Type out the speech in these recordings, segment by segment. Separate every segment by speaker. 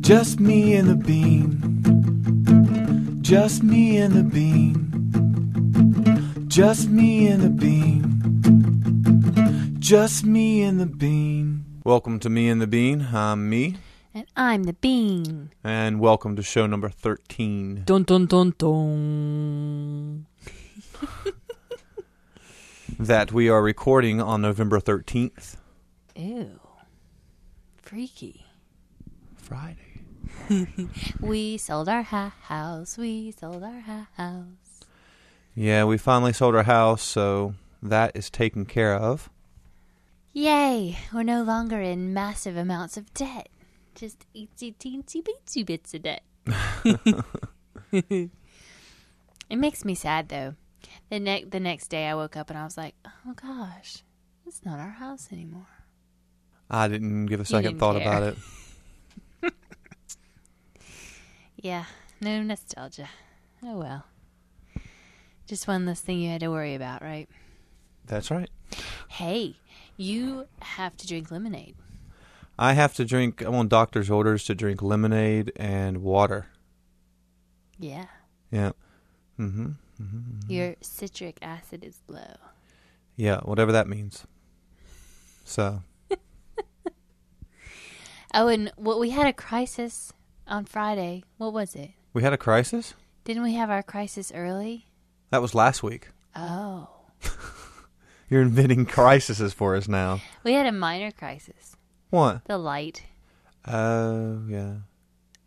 Speaker 1: Just me and the bean. Just me and the bean. Just me and the bean. Just me and the bean. Welcome to Me and the Bean. I'm me,
Speaker 2: And I'm the bean.
Speaker 1: and welcome to show number 13.
Speaker 2: Dun dun dun dun.
Speaker 1: That we are recording on November 13th,
Speaker 2: Ew. Freaky.
Speaker 1: Friday.
Speaker 2: We sold our ha- house. We sold our ha- house.
Speaker 1: Yeah, we finally sold our house, so that is taken care of.
Speaker 2: Yay! We're no longer in massive amounts of debt. Just eatsy teensy beatsy bits of debt. it makes me sad though. The next the next day I woke up and I was like, oh gosh, it's not our house anymore.
Speaker 1: I didn't give a second
Speaker 2: didn't
Speaker 1: thought
Speaker 2: care.
Speaker 1: about it.
Speaker 2: Yeah, no nostalgia. Oh well. Just one less thing you had to worry about, right?
Speaker 1: That's right.
Speaker 2: Hey, you have to drink lemonade.
Speaker 1: I have to drink, I'm on doctor's orders to drink lemonade and water.
Speaker 2: Yeah.
Speaker 1: Yeah. hmm
Speaker 2: Your citric acid is low.
Speaker 1: Yeah, whatever that means. So,
Speaker 2: Oh, and what we had a crisis on Friday. What was it?
Speaker 1: we had a crisis?
Speaker 2: Didn't we have our crisis early?
Speaker 1: That was last week.
Speaker 2: Oh.
Speaker 1: You're inventing crises for us now.
Speaker 2: We had a minor crisis.
Speaker 1: What?
Speaker 2: The light,
Speaker 1: Oh, yeah.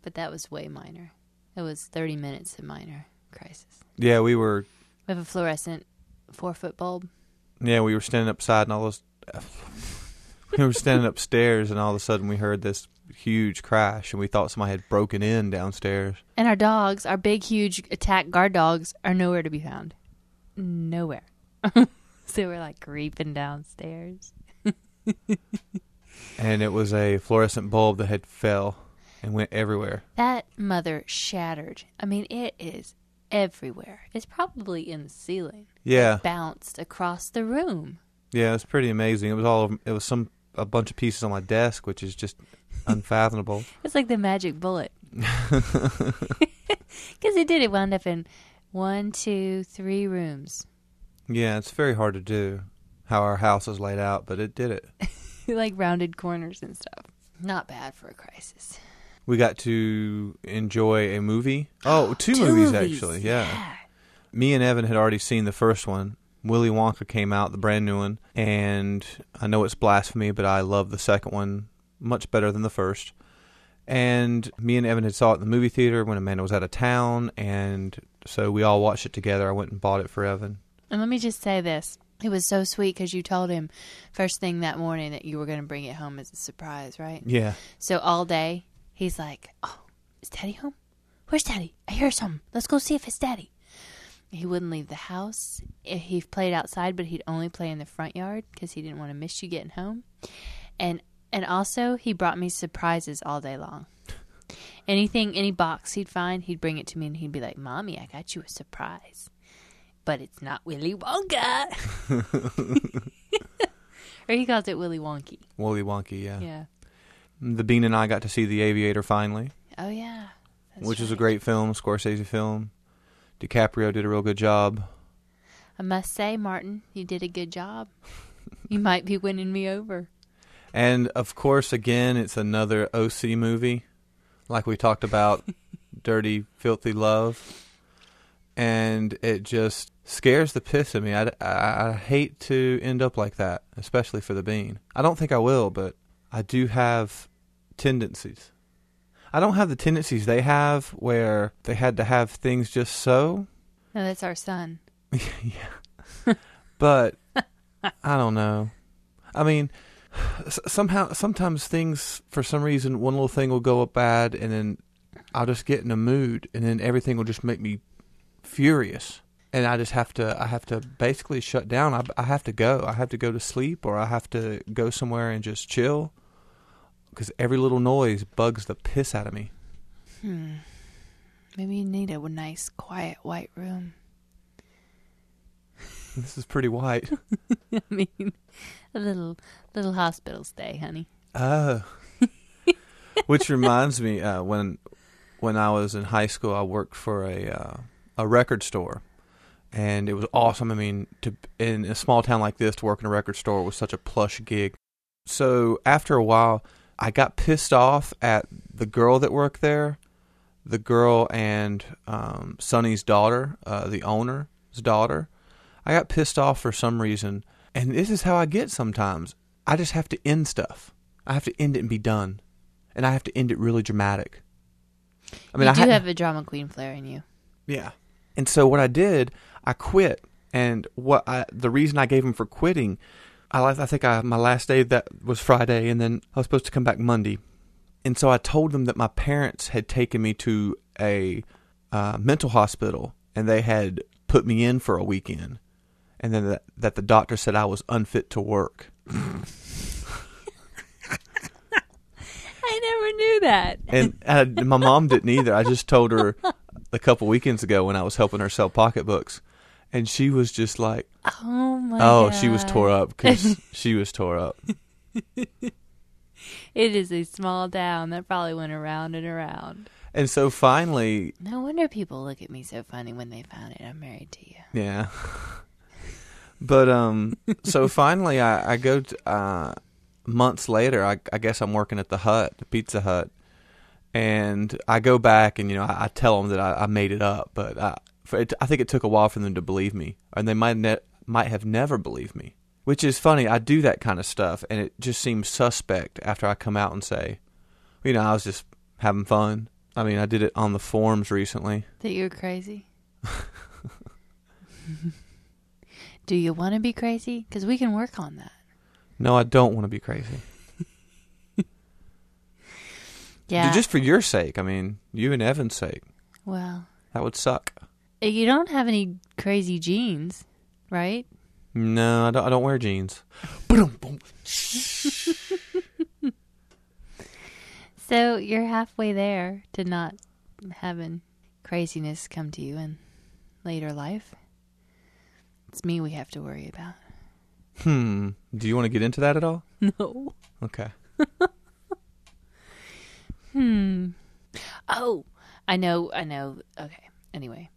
Speaker 2: but that was way minor. It was 30 minutes of minor crisis.
Speaker 1: Yeah, we were
Speaker 2: We have a fluorescent 4-foot bulb.
Speaker 1: Yeah, we were standing upside and all those. we were standing upstairs, and all of a sudden we heard this huge crash, and we thought somebody had broken in downstairs.
Speaker 2: And our dogs, our big, huge attack guard dogs, are nowhere to be found. Nowhere. so we're like creeping downstairs.
Speaker 1: And it was a fluorescent bulb that had fell and went everywhere.
Speaker 2: That mother shattered. I mean, it is everywhere. It's probably in the ceiling.
Speaker 1: Yeah,
Speaker 2: Bounced across the room.
Speaker 1: yeah, it was pretty amazing. It was all. It was some a bunch of pieces on my desk, which is just unfathomable.
Speaker 2: It's like the magic bullet. Because it did. It wound up in one, two, three rooms.
Speaker 1: yeah, it's very hard to do how our house is laid out, but it did it.
Speaker 2: like rounded corners and stuff. Not bad for a crisis.
Speaker 1: We got to enjoy a movie. Oh, two
Speaker 2: Two
Speaker 1: movies,
Speaker 2: movies,
Speaker 1: actually. yeah. me and Evan had already seen the first one. Willy Wonka came out, the brand new one, and I know it's blasphemy, but I love the second one much better than the first. And me and Evan had saw it in the movie theater when Amanda was out of town, and so we all watched it together. I went and bought it for Evan.
Speaker 2: And let me just say this. It was so sweet because you told him first thing that morning that you were going to bring it home as a surprise, right?
Speaker 1: Yeah,
Speaker 2: So all day, he's like, Oh, is daddy home? Where's daddy? I hear something. Let's go see if it's daddy. He wouldn't leave the house. Eh, He played outside, but he'd only play in the front yard because he didn't want to miss you getting home. And and also, he brought me surprises all day long. Anything, any box he'd find, he'd bring it to me, and he'd be like, "Mommy, I got you a surprise, but it's not Willy Wonka." or he calls it Willy Wonky.
Speaker 1: Willy Wonka. Yeah.
Speaker 2: Yeah.
Speaker 1: the Bean and I got to see The Aviator finally,
Speaker 2: Oh yeah. That's
Speaker 1: which is a
Speaker 2: right.
Speaker 1: great film, Scorsese film. DiCaprio did a real good job.
Speaker 2: I must say, Martin, you did a good job. You might be winning me over.
Speaker 1: And of course, again, it's another OC movie, like we talked about, Dirty, Filthy Love. And it just scares the piss out of me. I, I, I hate to end up like that, especially for the bean. I don't think I will, but I do have tendencies. I don't have the tendencies they have where they had to have things just so,
Speaker 2: No, that's our son.
Speaker 1: but I don't know. I mean, s- somehow, sometimes things, for some reason, one little thing will go up bad, and then I'll just get in a mood, and then everything will just make me furious, and I just have to, I have to basically shut down. I, I have to go. I have to go to sleep, or I have to go somewhere and just chill, because every little noise bugs the piss out of me.
Speaker 2: Hmm. Maybe you need a nice, quiet, white room.
Speaker 1: This is pretty white.
Speaker 2: I mean, a little, little hospital stay, honey.
Speaker 1: Oh. Which reminds me, uh, when when I was in high school, I worked for a uh, a record store, and it was awesome. I mean, to in a small town like this, to work in a record store was such a plush gig. So after a while, I got pissed off at the girl that worked there, the girl and um, Sonny's daughter, uh, the owner's daughter. I got pissed off for some reason, and this is how I get sometimes. I just have to end stuff. I have to end it and be done, and I have to end it really dramatic. I mean,
Speaker 2: you
Speaker 1: I
Speaker 2: do
Speaker 1: had-
Speaker 2: have a drama queen flair in you.
Speaker 1: yeah. And so what I did, I quit. And what I, the reason I gave him for quitting, I, like- I think I, my last day that was Friday, and then I was supposed to come back Monday. And so I told them that my parents had taken me to a uh, mental hospital, and they had put me in for a weekend, and then that, that the doctor said I was unfit to work.
Speaker 2: I never knew that.
Speaker 1: and I, my mom didn't either. I just told her a couple weekends ago when I was helping her sell pocketbooks, and she was just like,
Speaker 2: Oh my.
Speaker 1: "Oh, she was
Speaker 2: God.
Speaker 1: tore up because she was tore up."
Speaker 2: It is a small town that probably went around and around.
Speaker 1: And so finally,
Speaker 2: No wonder people look at me so funny when they found it. I'm married to you.
Speaker 1: yeah. But um, so finally, I, I go to, uh, months later. I, I guess I'm working at the Hut, the Pizza Hut, and I go back and you know I, I tell them that I, I made it up, but I, for it, I think it took a while for them to believe me, and they might ne- might have never believed me, which is funny. I do that kind of stuff, and it just seems suspect after I come out and say, you know, I was just having fun. I mean, I did it on the forums recently.
Speaker 2: That you're crazy. Do you want to be crazy? Because we can work on that.
Speaker 1: No, I don't want to be crazy.
Speaker 2: Yeah.
Speaker 1: Just for your sake. I mean, you and Evan's sake.
Speaker 2: well,
Speaker 1: That would suck.
Speaker 2: you don't have any crazy genes, right?
Speaker 1: No, I don't, I don't wear jeans.
Speaker 2: So you're halfway there to not having craziness come to you in later life. It's me we have to worry about.
Speaker 1: Hmm. Do you want to get into that at all?
Speaker 2: No.
Speaker 1: Okay.
Speaker 2: Hmm. Oh, I know, I know. Okay. Anyway,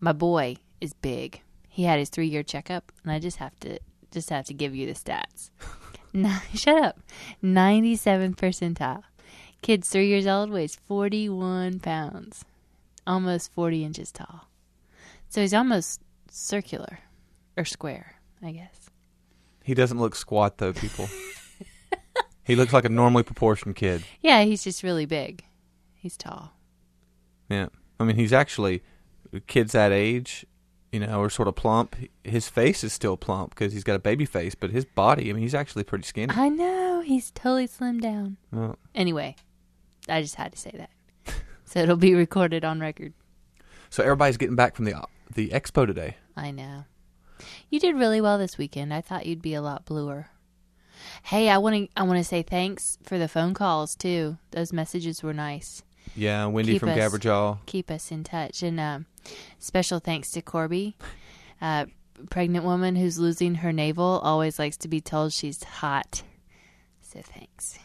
Speaker 2: my boy is big. He had his three year checkup, and I just have to just have to give you the stats. Ni- Shut up. Ninety seventh percentile. Kid's three years old, weighs forty one pounds, almost forty inches tall. So he's almost circular or square, I guess.
Speaker 1: He doesn't look squat though, people. he looks like a normally proportioned kid.
Speaker 2: Yeah, he's just really big. He's tall.
Speaker 1: Yeah. I mean, he's actually kids that age, you know, are sort of plump. His face is still plump because he's got a baby face, but his body, I mean, he's actually pretty skinny.
Speaker 2: I know he's totally slimmed down.
Speaker 1: Well,
Speaker 2: Anyway, I just had to say that. so it'll be recorded on record.
Speaker 1: so everybody's getting back from the uh, the expo today.
Speaker 2: I know. You did really well this weekend. I thought you'd be a lot bluer. Hey, I want to I want to say thanks for the phone calls too. Those messages were nice.
Speaker 1: Yeah, Wendy
Speaker 2: Keep
Speaker 1: from
Speaker 2: us-
Speaker 1: Gabberjaw.
Speaker 2: Keep us in touch and um, special thanks to Corby. Uh, pregnant woman who's losing her navel always likes to be told she's hot. So thanks.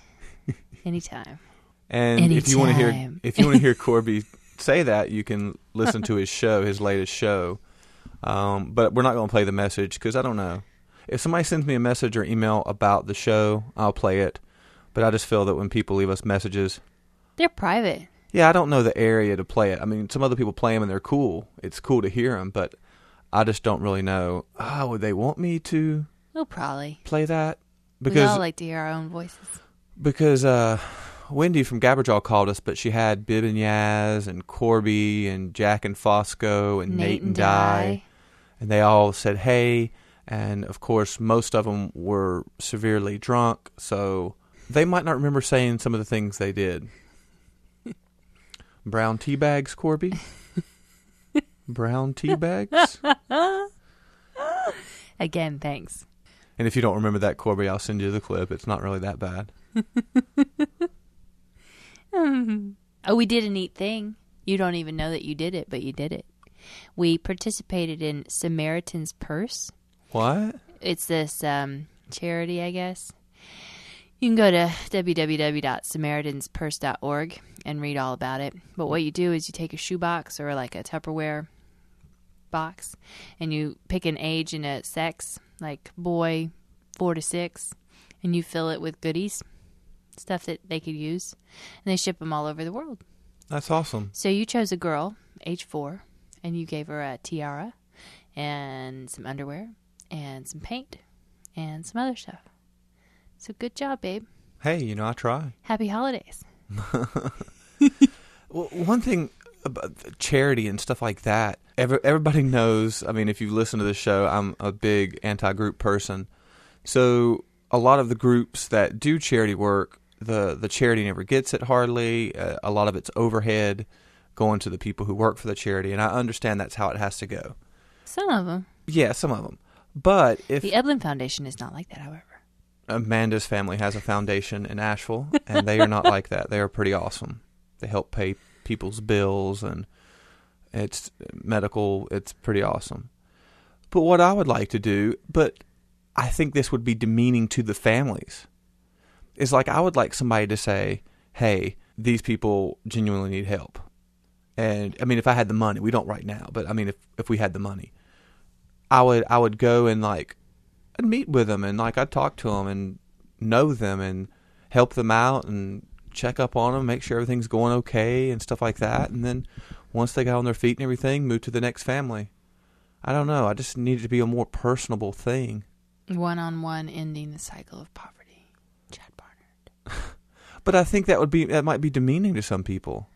Speaker 2: Anytime.
Speaker 1: And if you want to hear
Speaker 2: Anytime.
Speaker 1: if you want to hear Corby say that, you can listen to his show, his latest show. Um, but we're not going to play the message because I don't know. If somebody sends me a message or email about the show, I'll play it. But I just feel that when people leave us messages,
Speaker 2: They're private.
Speaker 1: yeah, I don't know the area to play it. I mean, some other people play them and they're cool. It's cool to hear them, but I just don't really know. Oh, would they want me to
Speaker 2: Oh, probably.
Speaker 1: play that?
Speaker 2: we
Speaker 1: Because
Speaker 2: all like to hear our own voices.
Speaker 1: because uh, Wendy from Gabberjaw called us, but she had Bib and Yaz and Corby and Jack and Fosco and Nate, and, Di, and they all said hey. And of course, most of them were severely drunk, so they might not remember saying some of the things they did. Brown tea bags, Corby. Brown tea bags.
Speaker 2: Again, thanks.
Speaker 1: And if you don't remember that, Corby, I'll send you the clip. It's not really that bad.
Speaker 2: Oh, we did a neat thing. You don't even know that you did it, but you did it. We participated in Samaritan's Purse.
Speaker 1: What?
Speaker 2: It's this um, charity, I guess. You can go to www.samaritanspurse.org and read all about it. But what you do is you take a shoebox or like a Tupperware box and you pick an age and a sex, like boy, four to six, and you fill it with goodies, stuff that they could use, and they ship them all over the world.
Speaker 1: That's awesome.
Speaker 2: So you chose a girl, age four, and you gave her a tiara and some underwear and some paint and some other stuff. So good job, babe.
Speaker 1: Hey, you know, I try.
Speaker 2: Happy holidays.
Speaker 1: Well, one thing about the charity and stuff like that, every, everybody knows. I mean, if you listen to this show, I'm a big anti group person. So a lot of the groups that do charity work, the, the charity never gets it hardly. Uh, a lot of it's overhead going to the people who work for the charity. And I understand that's how it has to go.
Speaker 2: Some of them.
Speaker 1: Yeah, some of them. But if
Speaker 2: The Eblin Foundation is not like that, however.
Speaker 1: Amanda's family has a foundation in Asheville, and they are not like that. They are pretty awesome. They help pay people's bills, and it's medical. It's pretty awesome. But what I would like to do, but I think this would be demeaning to the families, is like I would like somebody to say, "Hey, these people genuinely need help." And I mean, if I had the money, we don't right now, but I mean, if if we had the money, I would I would go and like I'd meet with them and like I'd talk to them and know them and help them out and check up on them, make sure everything's going okay and stuff like that. And then once they got on their feet and everything, move to the next family. I don't know. I just need it to be a more personable thing.
Speaker 2: One on one ending the cycle of poverty. Chad Barnard.
Speaker 1: But I think that would be that might be demeaning to some people.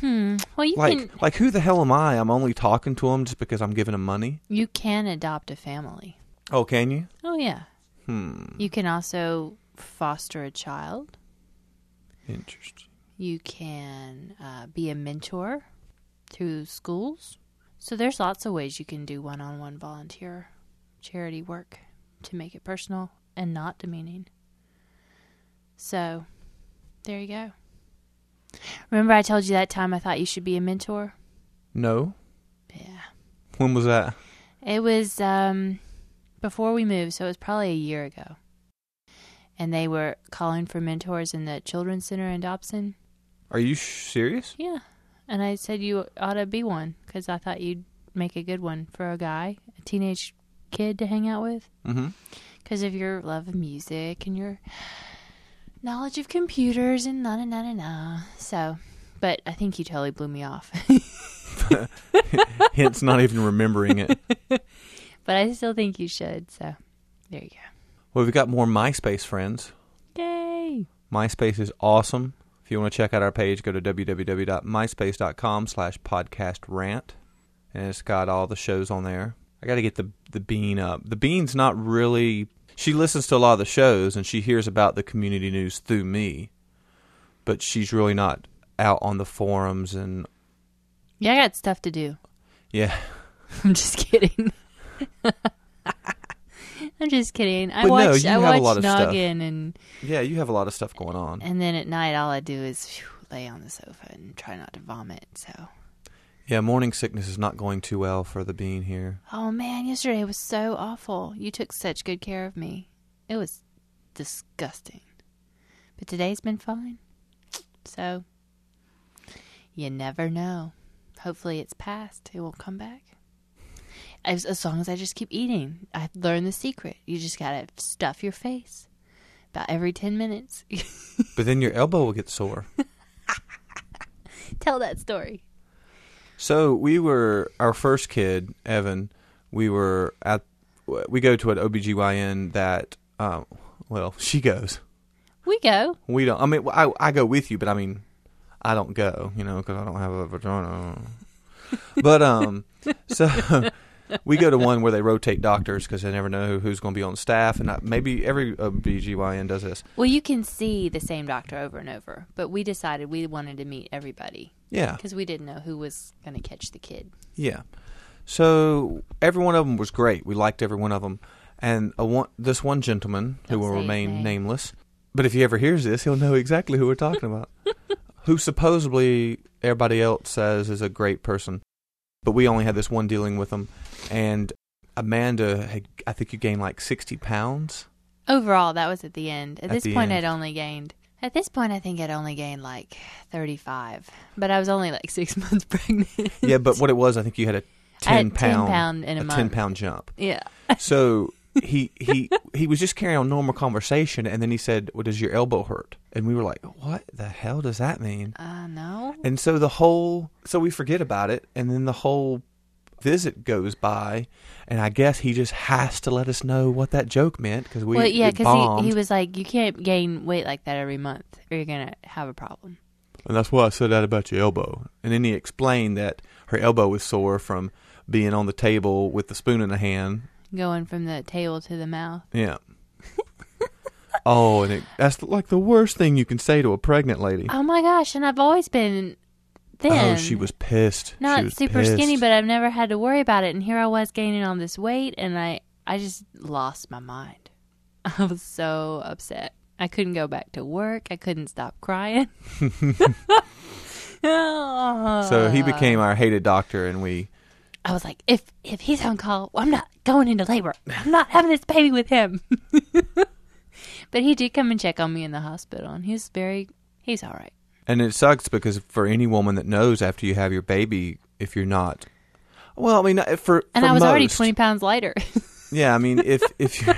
Speaker 2: Hmm. Well, you
Speaker 1: like
Speaker 2: can
Speaker 1: like who the hell am I? I'm only talking to them just because I'm giving them money.
Speaker 2: you can adopt a family.
Speaker 1: Oh, can you?
Speaker 2: Oh yeah.
Speaker 1: Hmm.
Speaker 2: You can also foster a child.
Speaker 1: Interesting.
Speaker 2: You can uh, be a mentor to schools. So there's lots of ways you can do one-on-one volunteer charity work to make it personal and not demeaning. So there you go. Remember I told you that time I thought you should be a mentor?
Speaker 1: No.
Speaker 2: Yeah.
Speaker 1: When was that?
Speaker 2: It was um, before we moved, so it was probably a year ago. And they were calling for mentors in the children's center in Dobson.
Speaker 1: Are you sh- serious?
Speaker 2: Yeah. And I said you ought to be one because I thought you'd make a good one for a guy, a teenage kid to hang out with.
Speaker 1: Mm-hmm.
Speaker 2: Because of your love of music and your knowledge of computers and na na na na na. So, but I think you totally blew me off.
Speaker 1: Hence, not even remembering it.
Speaker 2: but I still think you should. So, there you go.
Speaker 1: Well, we've got more MySpace friends.
Speaker 2: Yay!
Speaker 1: MySpace is awesome. If you want to check out our page, go to www.myspace.com slash podcast rant. And it's got all the shows on there. I got to get the, the bean up. The bean's not really. She listens to a lot of the shows and she hears about the community news through me. But she's really not out on the forums and.
Speaker 2: Yeah, I got stuff to do.
Speaker 1: Yeah.
Speaker 2: I'm just kidding. I'm just kidding. I
Speaker 1: But no,
Speaker 2: watch
Speaker 1: you
Speaker 2: I
Speaker 1: have a
Speaker 2: watch
Speaker 1: lot of stuff.
Speaker 2: Noggin and
Speaker 1: Yeah, you have a lot of stuff going on.
Speaker 2: and then at night all I do is phew, lay on the sofa and try not to vomit. So
Speaker 1: Yeah, morning sickness is not going too well for the bean here.
Speaker 2: Oh man, yesterday was so awful. You took such good care of me. It was disgusting. But today's been fine. So you never know. Hopefully it's past. It won't come back. As, as long as I just keep eating. I've learned the secret. You just gotta stuff your face about every 10 minutes.
Speaker 1: But then your elbow will get sore.
Speaker 2: Tell that story.
Speaker 1: So we were our first kid, Evan. We were at we go to an OBGYN that um, well, she goes.
Speaker 2: We go.
Speaker 1: We don't. I mean, I I go with you, but I mean, I don't go, you know, because I don't have a vagina. but um, so we go to one where they rotate doctors because they never know who's going to be on staff, and I, maybe every OBGYN does this.
Speaker 2: Well, you can see the same doctor over and over, but we decided we wanted to meet everybody.
Speaker 1: Yeah,
Speaker 2: because we didn't know who was going to catch the kid.
Speaker 1: Yeah. So every one of them was great. We liked every one of them, and a one, this one gentleman who
Speaker 2: Don't
Speaker 1: will
Speaker 2: say his
Speaker 1: remain
Speaker 2: name.
Speaker 1: nameless, but if he ever hears this, he'll know exactly who we're talking about. who supposedly everybody else says is a great person, but we only had this one dealing with him, and Amanda, had, I think you gained like sixty pounds.
Speaker 2: Overall, that was at the end. At,
Speaker 1: At
Speaker 2: this
Speaker 1: the
Speaker 2: point,
Speaker 1: end.
Speaker 2: I'd only gained. At this point, I think I'd only gained like 35, but I was only like six months pregnant.
Speaker 1: yeah, but what it was, I think you had a
Speaker 2: I had
Speaker 1: 10 pound,
Speaker 2: pound in a, month.
Speaker 1: ten pound jump.
Speaker 2: Yeah.
Speaker 1: So he he he was just carrying on normal conversation, and then he said, "Well, does your elbow hurt?" And we were like, "What the hell does that mean?"
Speaker 2: Uh, no.
Speaker 1: And so the whole so we forget about it, and then the whole visit goes by, and I guess he just has to let us know what that joke meant because we
Speaker 2: well, yeah,
Speaker 1: it bombed.
Speaker 2: because he, he was like, you can't gain weight like that every month, or you're gonna have a problem.
Speaker 1: And that's why I said that about your elbow. And then he explained that her elbow was sore from being on the table with the spoon in the hand.
Speaker 2: Going from the tail to the mouth.
Speaker 1: Yeah. oh, and it, that's like the worst thing you can say to a pregnant lady.
Speaker 2: Oh my gosh! And I've always been thin.
Speaker 1: oh, she was pissed. She
Speaker 2: not
Speaker 1: was
Speaker 2: super
Speaker 1: pissed.
Speaker 2: skinny, but I've never had to worry about it. And here I was gaining all this weight, and I I just lost my mind. I was so upset. I couldn't go back to work. I couldn't stop crying.
Speaker 1: so
Speaker 2: so
Speaker 1: he became our hated doctor, and we.
Speaker 2: I was like, if if he's on call, I'm not going into labor. I'm not having this baby with him. but he did come and check on me in the hospital, and he's very he's all right.
Speaker 1: And it sucks because for any woman that knows after you have your baby, if you're not. Well, I mean, uh, for
Speaker 2: And
Speaker 1: for
Speaker 2: I was already
Speaker 1: most-
Speaker 2: twenty pounds lighter.
Speaker 1: Yeah, I mean, if if you're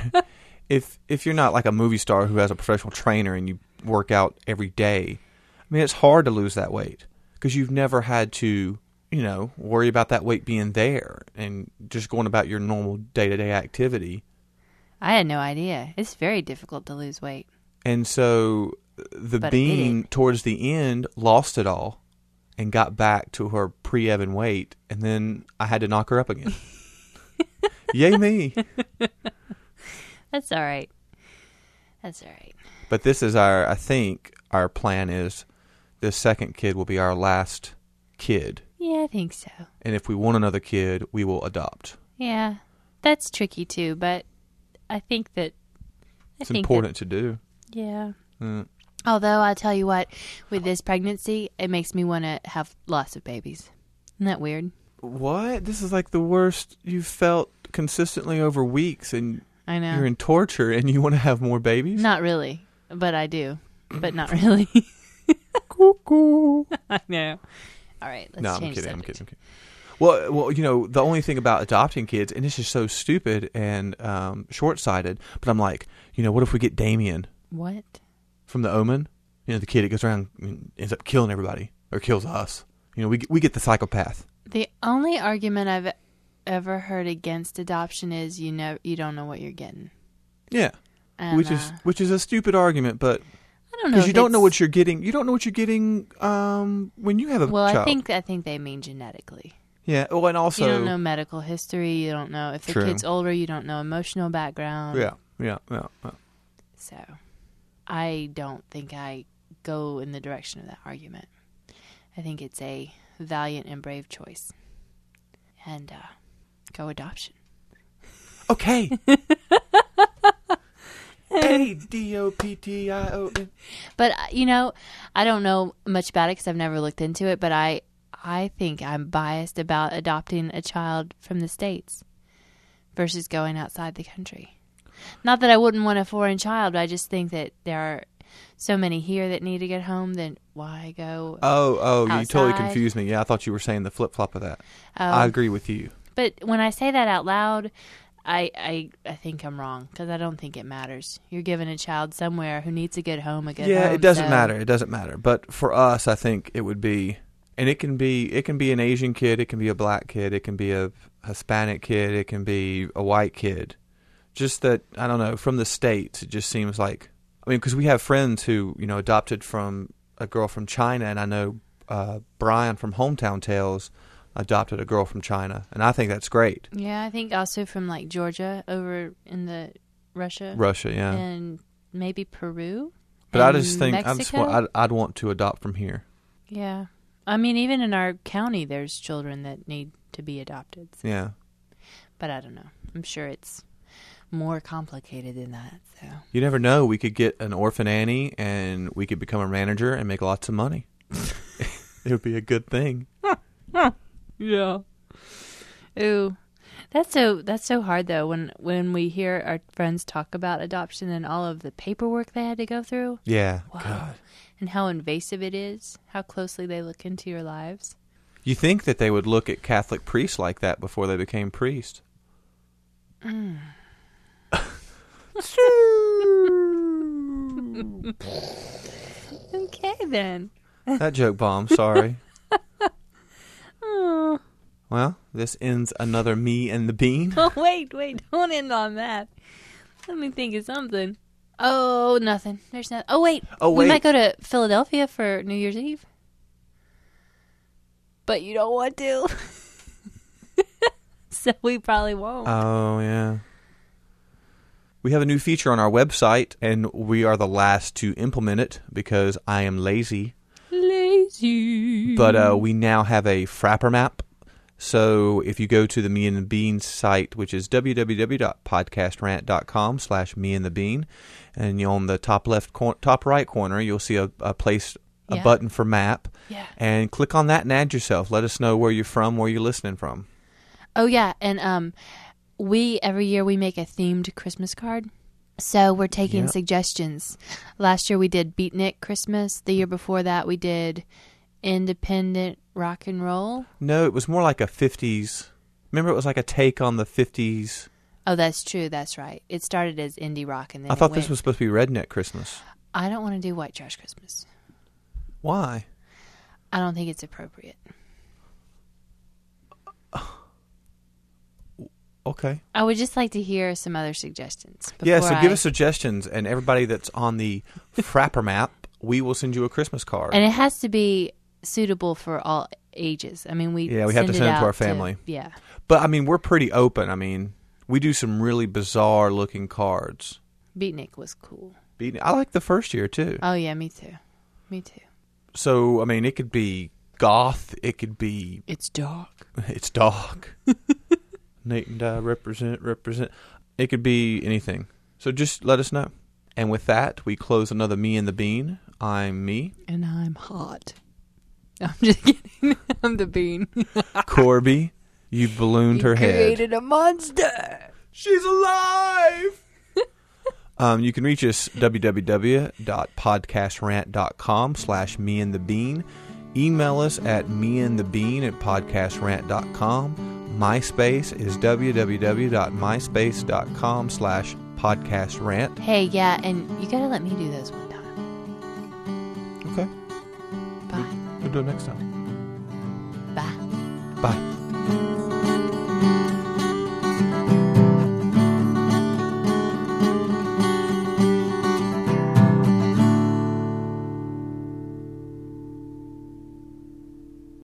Speaker 1: if if you're not like a movie star who has a professional trainer and you work out every day, I mean, it's hard to lose that weight because you've never had to, you know, worry about that weight being there and just going about your normal day to day activity.
Speaker 2: I had no idea. It's very difficult to lose weight.
Speaker 1: And so the
Speaker 2: But it
Speaker 1: bean towards the end lost it all and got back to her pre Evan weight, and then I had to knock her up again. Yay me!
Speaker 2: That's all right. That's all right.
Speaker 1: But this is our, I think, our plan is this second kid will be our last kid.
Speaker 2: Yeah, I think so.
Speaker 1: And if we want another kid, we will adopt.
Speaker 2: Yeah. That's tricky too, but I think that I
Speaker 1: It's
Speaker 2: think that-
Speaker 1: important to do.
Speaker 2: yeah.
Speaker 1: Mm.
Speaker 2: Although I tell you what, with this pregnancy, it makes me want to have lots of babies. Isn't that weird?
Speaker 1: What? This is like the worst you've felt consistently over weeks, and
Speaker 2: I know.
Speaker 1: you're in torture, and you want to have more babies?
Speaker 2: not really, but I do. But not really.
Speaker 1: Cuckoo.
Speaker 2: I know. All right, let's
Speaker 1: no, I'm
Speaker 2: change
Speaker 1: kidding, I'm
Speaker 2: subject.
Speaker 1: kidding. I'm kidding. Well, well, you know, the only thing about adopting kids, and this is so stupid and um, short sighted, but I'm like, you know, what if we get Damien?
Speaker 2: What?
Speaker 1: from the Omen. You know, the kid that goes around and ends up killing everybody or kills us. You know, we we get the psychopath.
Speaker 2: The only argument I've ever heard against adoption is you know you don't know what you're getting.
Speaker 1: Yeah,
Speaker 2: And,
Speaker 1: which is
Speaker 2: uh,
Speaker 1: which is a stupid argument, but
Speaker 2: I don't know
Speaker 1: because you
Speaker 2: if
Speaker 1: don't know
Speaker 2: it's-
Speaker 1: what you're getting, you don't know what you're getting um, when you have a
Speaker 2: Well,
Speaker 1: child.
Speaker 2: I think I think they mean genetically.
Speaker 1: yeah. Oh, and also
Speaker 2: you don't know medical history. You don't know if the
Speaker 1: True.
Speaker 2: kid's older. You don't know emotional background.
Speaker 1: yeah, yeah, yeah, yeah.
Speaker 2: So, I don't think I go in the direction of that argument. I think it's a valiant and brave choice, and uh, go adoption.
Speaker 1: Okay. A D O P T I O N.
Speaker 2: But uh, you know, I don't know much about it because I've never looked into it. But I, I think I'm biased about adopting a child from the states versus going outside the country. Not that I wouldn't want a foreign child, but I just think that there are so many here that need to get home. Then why go?
Speaker 1: Oh, oh, you totally
Speaker 2: Outside.
Speaker 1: confused me. Yeah, I thought you were saying the flip flop of that.
Speaker 2: Um,
Speaker 1: I agree with you.
Speaker 2: but when I say that out loud, I I, I think I'm wrong because I don't think it matters. You're giving a child somewhere who needs a good home a good
Speaker 1: yeah
Speaker 2: home,
Speaker 1: it doesn't
Speaker 2: so-
Speaker 1: matter it doesn't matter but for us i think it would be and it can be it can be an asian kid it can be a black kid it can be a hispanic kid it can be a white kid just that i don't know from the states it just seems like i mean because we have friends who you know adopted from a girl from china and i know uh, brian from hometown tales adopted a girl from china and i think that's great
Speaker 2: Yeah, I think also from like Georgia over in the Russia
Speaker 1: russia yeah
Speaker 2: and maybe Peru.
Speaker 1: but i
Speaker 2: and
Speaker 1: just think i just
Speaker 2: Mexico.
Speaker 1: want, I'd, I'd want to adopt from here
Speaker 2: yeah, I mean even in our county, there's children that need to be adopted.
Speaker 1: yeah
Speaker 2: But I don't know. I'm sure it's more complicated than that. So
Speaker 1: You never know. We could get an orphan Annie and we could become a manager and make lots of money. it would be a good thing.
Speaker 2: yeah. Ooh, That's so that's so hard though when when we hear our friends talk about adoption and all of the paperwork they had to go through
Speaker 1: Yeah.
Speaker 2: Wow.
Speaker 1: God.
Speaker 2: and how invasive it is, how closely they look into your lives.
Speaker 1: You think that they would look at Catholic priests like that before they became priests?
Speaker 2: Okay then.
Speaker 1: that joke bomb, sorry.
Speaker 2: Oh,
Speaker 1: Well, this ends another me and the bean.
Speaker 2: oh wait, wait, don't end on that. Let me think of something. Oh, nothing. There's nothing. Oh wait.
Speaker 1: Oh,
Speaker 2: We might
Speaker 1: wait.
Speaker 2: go to Philadelphia for New Year's Eve. But you don't want to. so we probably won't.
Speaker 1: Oh, yeah. We have a new feature on our website, and we are the last to implement it because I am lazy.
Speaker 2: Lazy.
Speaker 1: But uh, we now have a Frapper map. So if you go to the Me and the Bean site, which is www.podcastrant.com slash me and the bean, and you on the top left, cor- top right corner, you'll see a, a place, a
Speaker 2: Yeah.
Speaker 1: button for map,
Speaker 2: yeah.
Speaker 1: and click on that and add yourself. Let us know where you're from, where you're listening from.
Speaker 2: Oh yeah, and um, we every year we make a themed Christmas card. So we're taking
Speaker 1: Yeah.
Speaker 2: suggestions. Last year we did Beatnik Christmas. The year before that we did Independent Rock and Roll.
Speaker 1: No, it was more like a 50s. Remember, it was like a take on the 50s.
Speaker 2: Oh, that's true. That's right. It started as indie rock, and then
Speaker 1: I
Speaker 2: it
Speaker 1: thought this
Speaker 2: went-
Speaker 1: was supposed to be Redneck Christmas.
Speaker 2: I don't want to do White Trash Christmas.
Speaker 1: Why?
Speaker 2: I don't think it's appropriate.
Speaker 1: Okay.
Speaker 2: I would just like to hear some other suggestions. Before
Speaker 1: yeah, so give
Speaker 2: I-
Speaker 1: us suggestions, and everybody that's on the Frapper map, we will send you a Christmas card.
Speaker 2: and it has to be suitable for all ages. I mean, we
Speaker 1: Yeah, we have to send it to
Speaker 2: out
Speaker 1: our family.
Speaker 2: yeah,
Speaker 1: but I mean, we're pretty open. I mean, we do some really bizarre looking cards.
Speaker 2: Beatnik was cool.
Speaker 1: Be- I like the first year too.
Speaker 2: Oh yeah, me too. Me too.
Speaker 1: So I mean, it could be goth. It could be
Speaker 2: It's dark.
Speaker 1: it's dark. Nate and I represent represent. It could be anything. So just let us know. And with that, we close another Me and the Bean. I'm me,
Speaker 2: And I'm hot. I'm just kidding. I'm the bean.
Speaker 1: Corby. You ballooned her head.
Speaker 2: Created a monster.
Speaker 1: She's alive. um, you can reach us www.podcastrant.com slash me and the bean. Email us at me and the bean at podcastrant.com. MySpace is www.myspace.com slash podcastrant.
Speaker 2: Hey, yeah, and you gotta let me do those one time.
Speaker 1: Okay,
Speaker 2: Bye.
Speaker 1: Mm-hmm. we'll do it next time.
Speaker 2: Bye.
Speaker 1: Bye.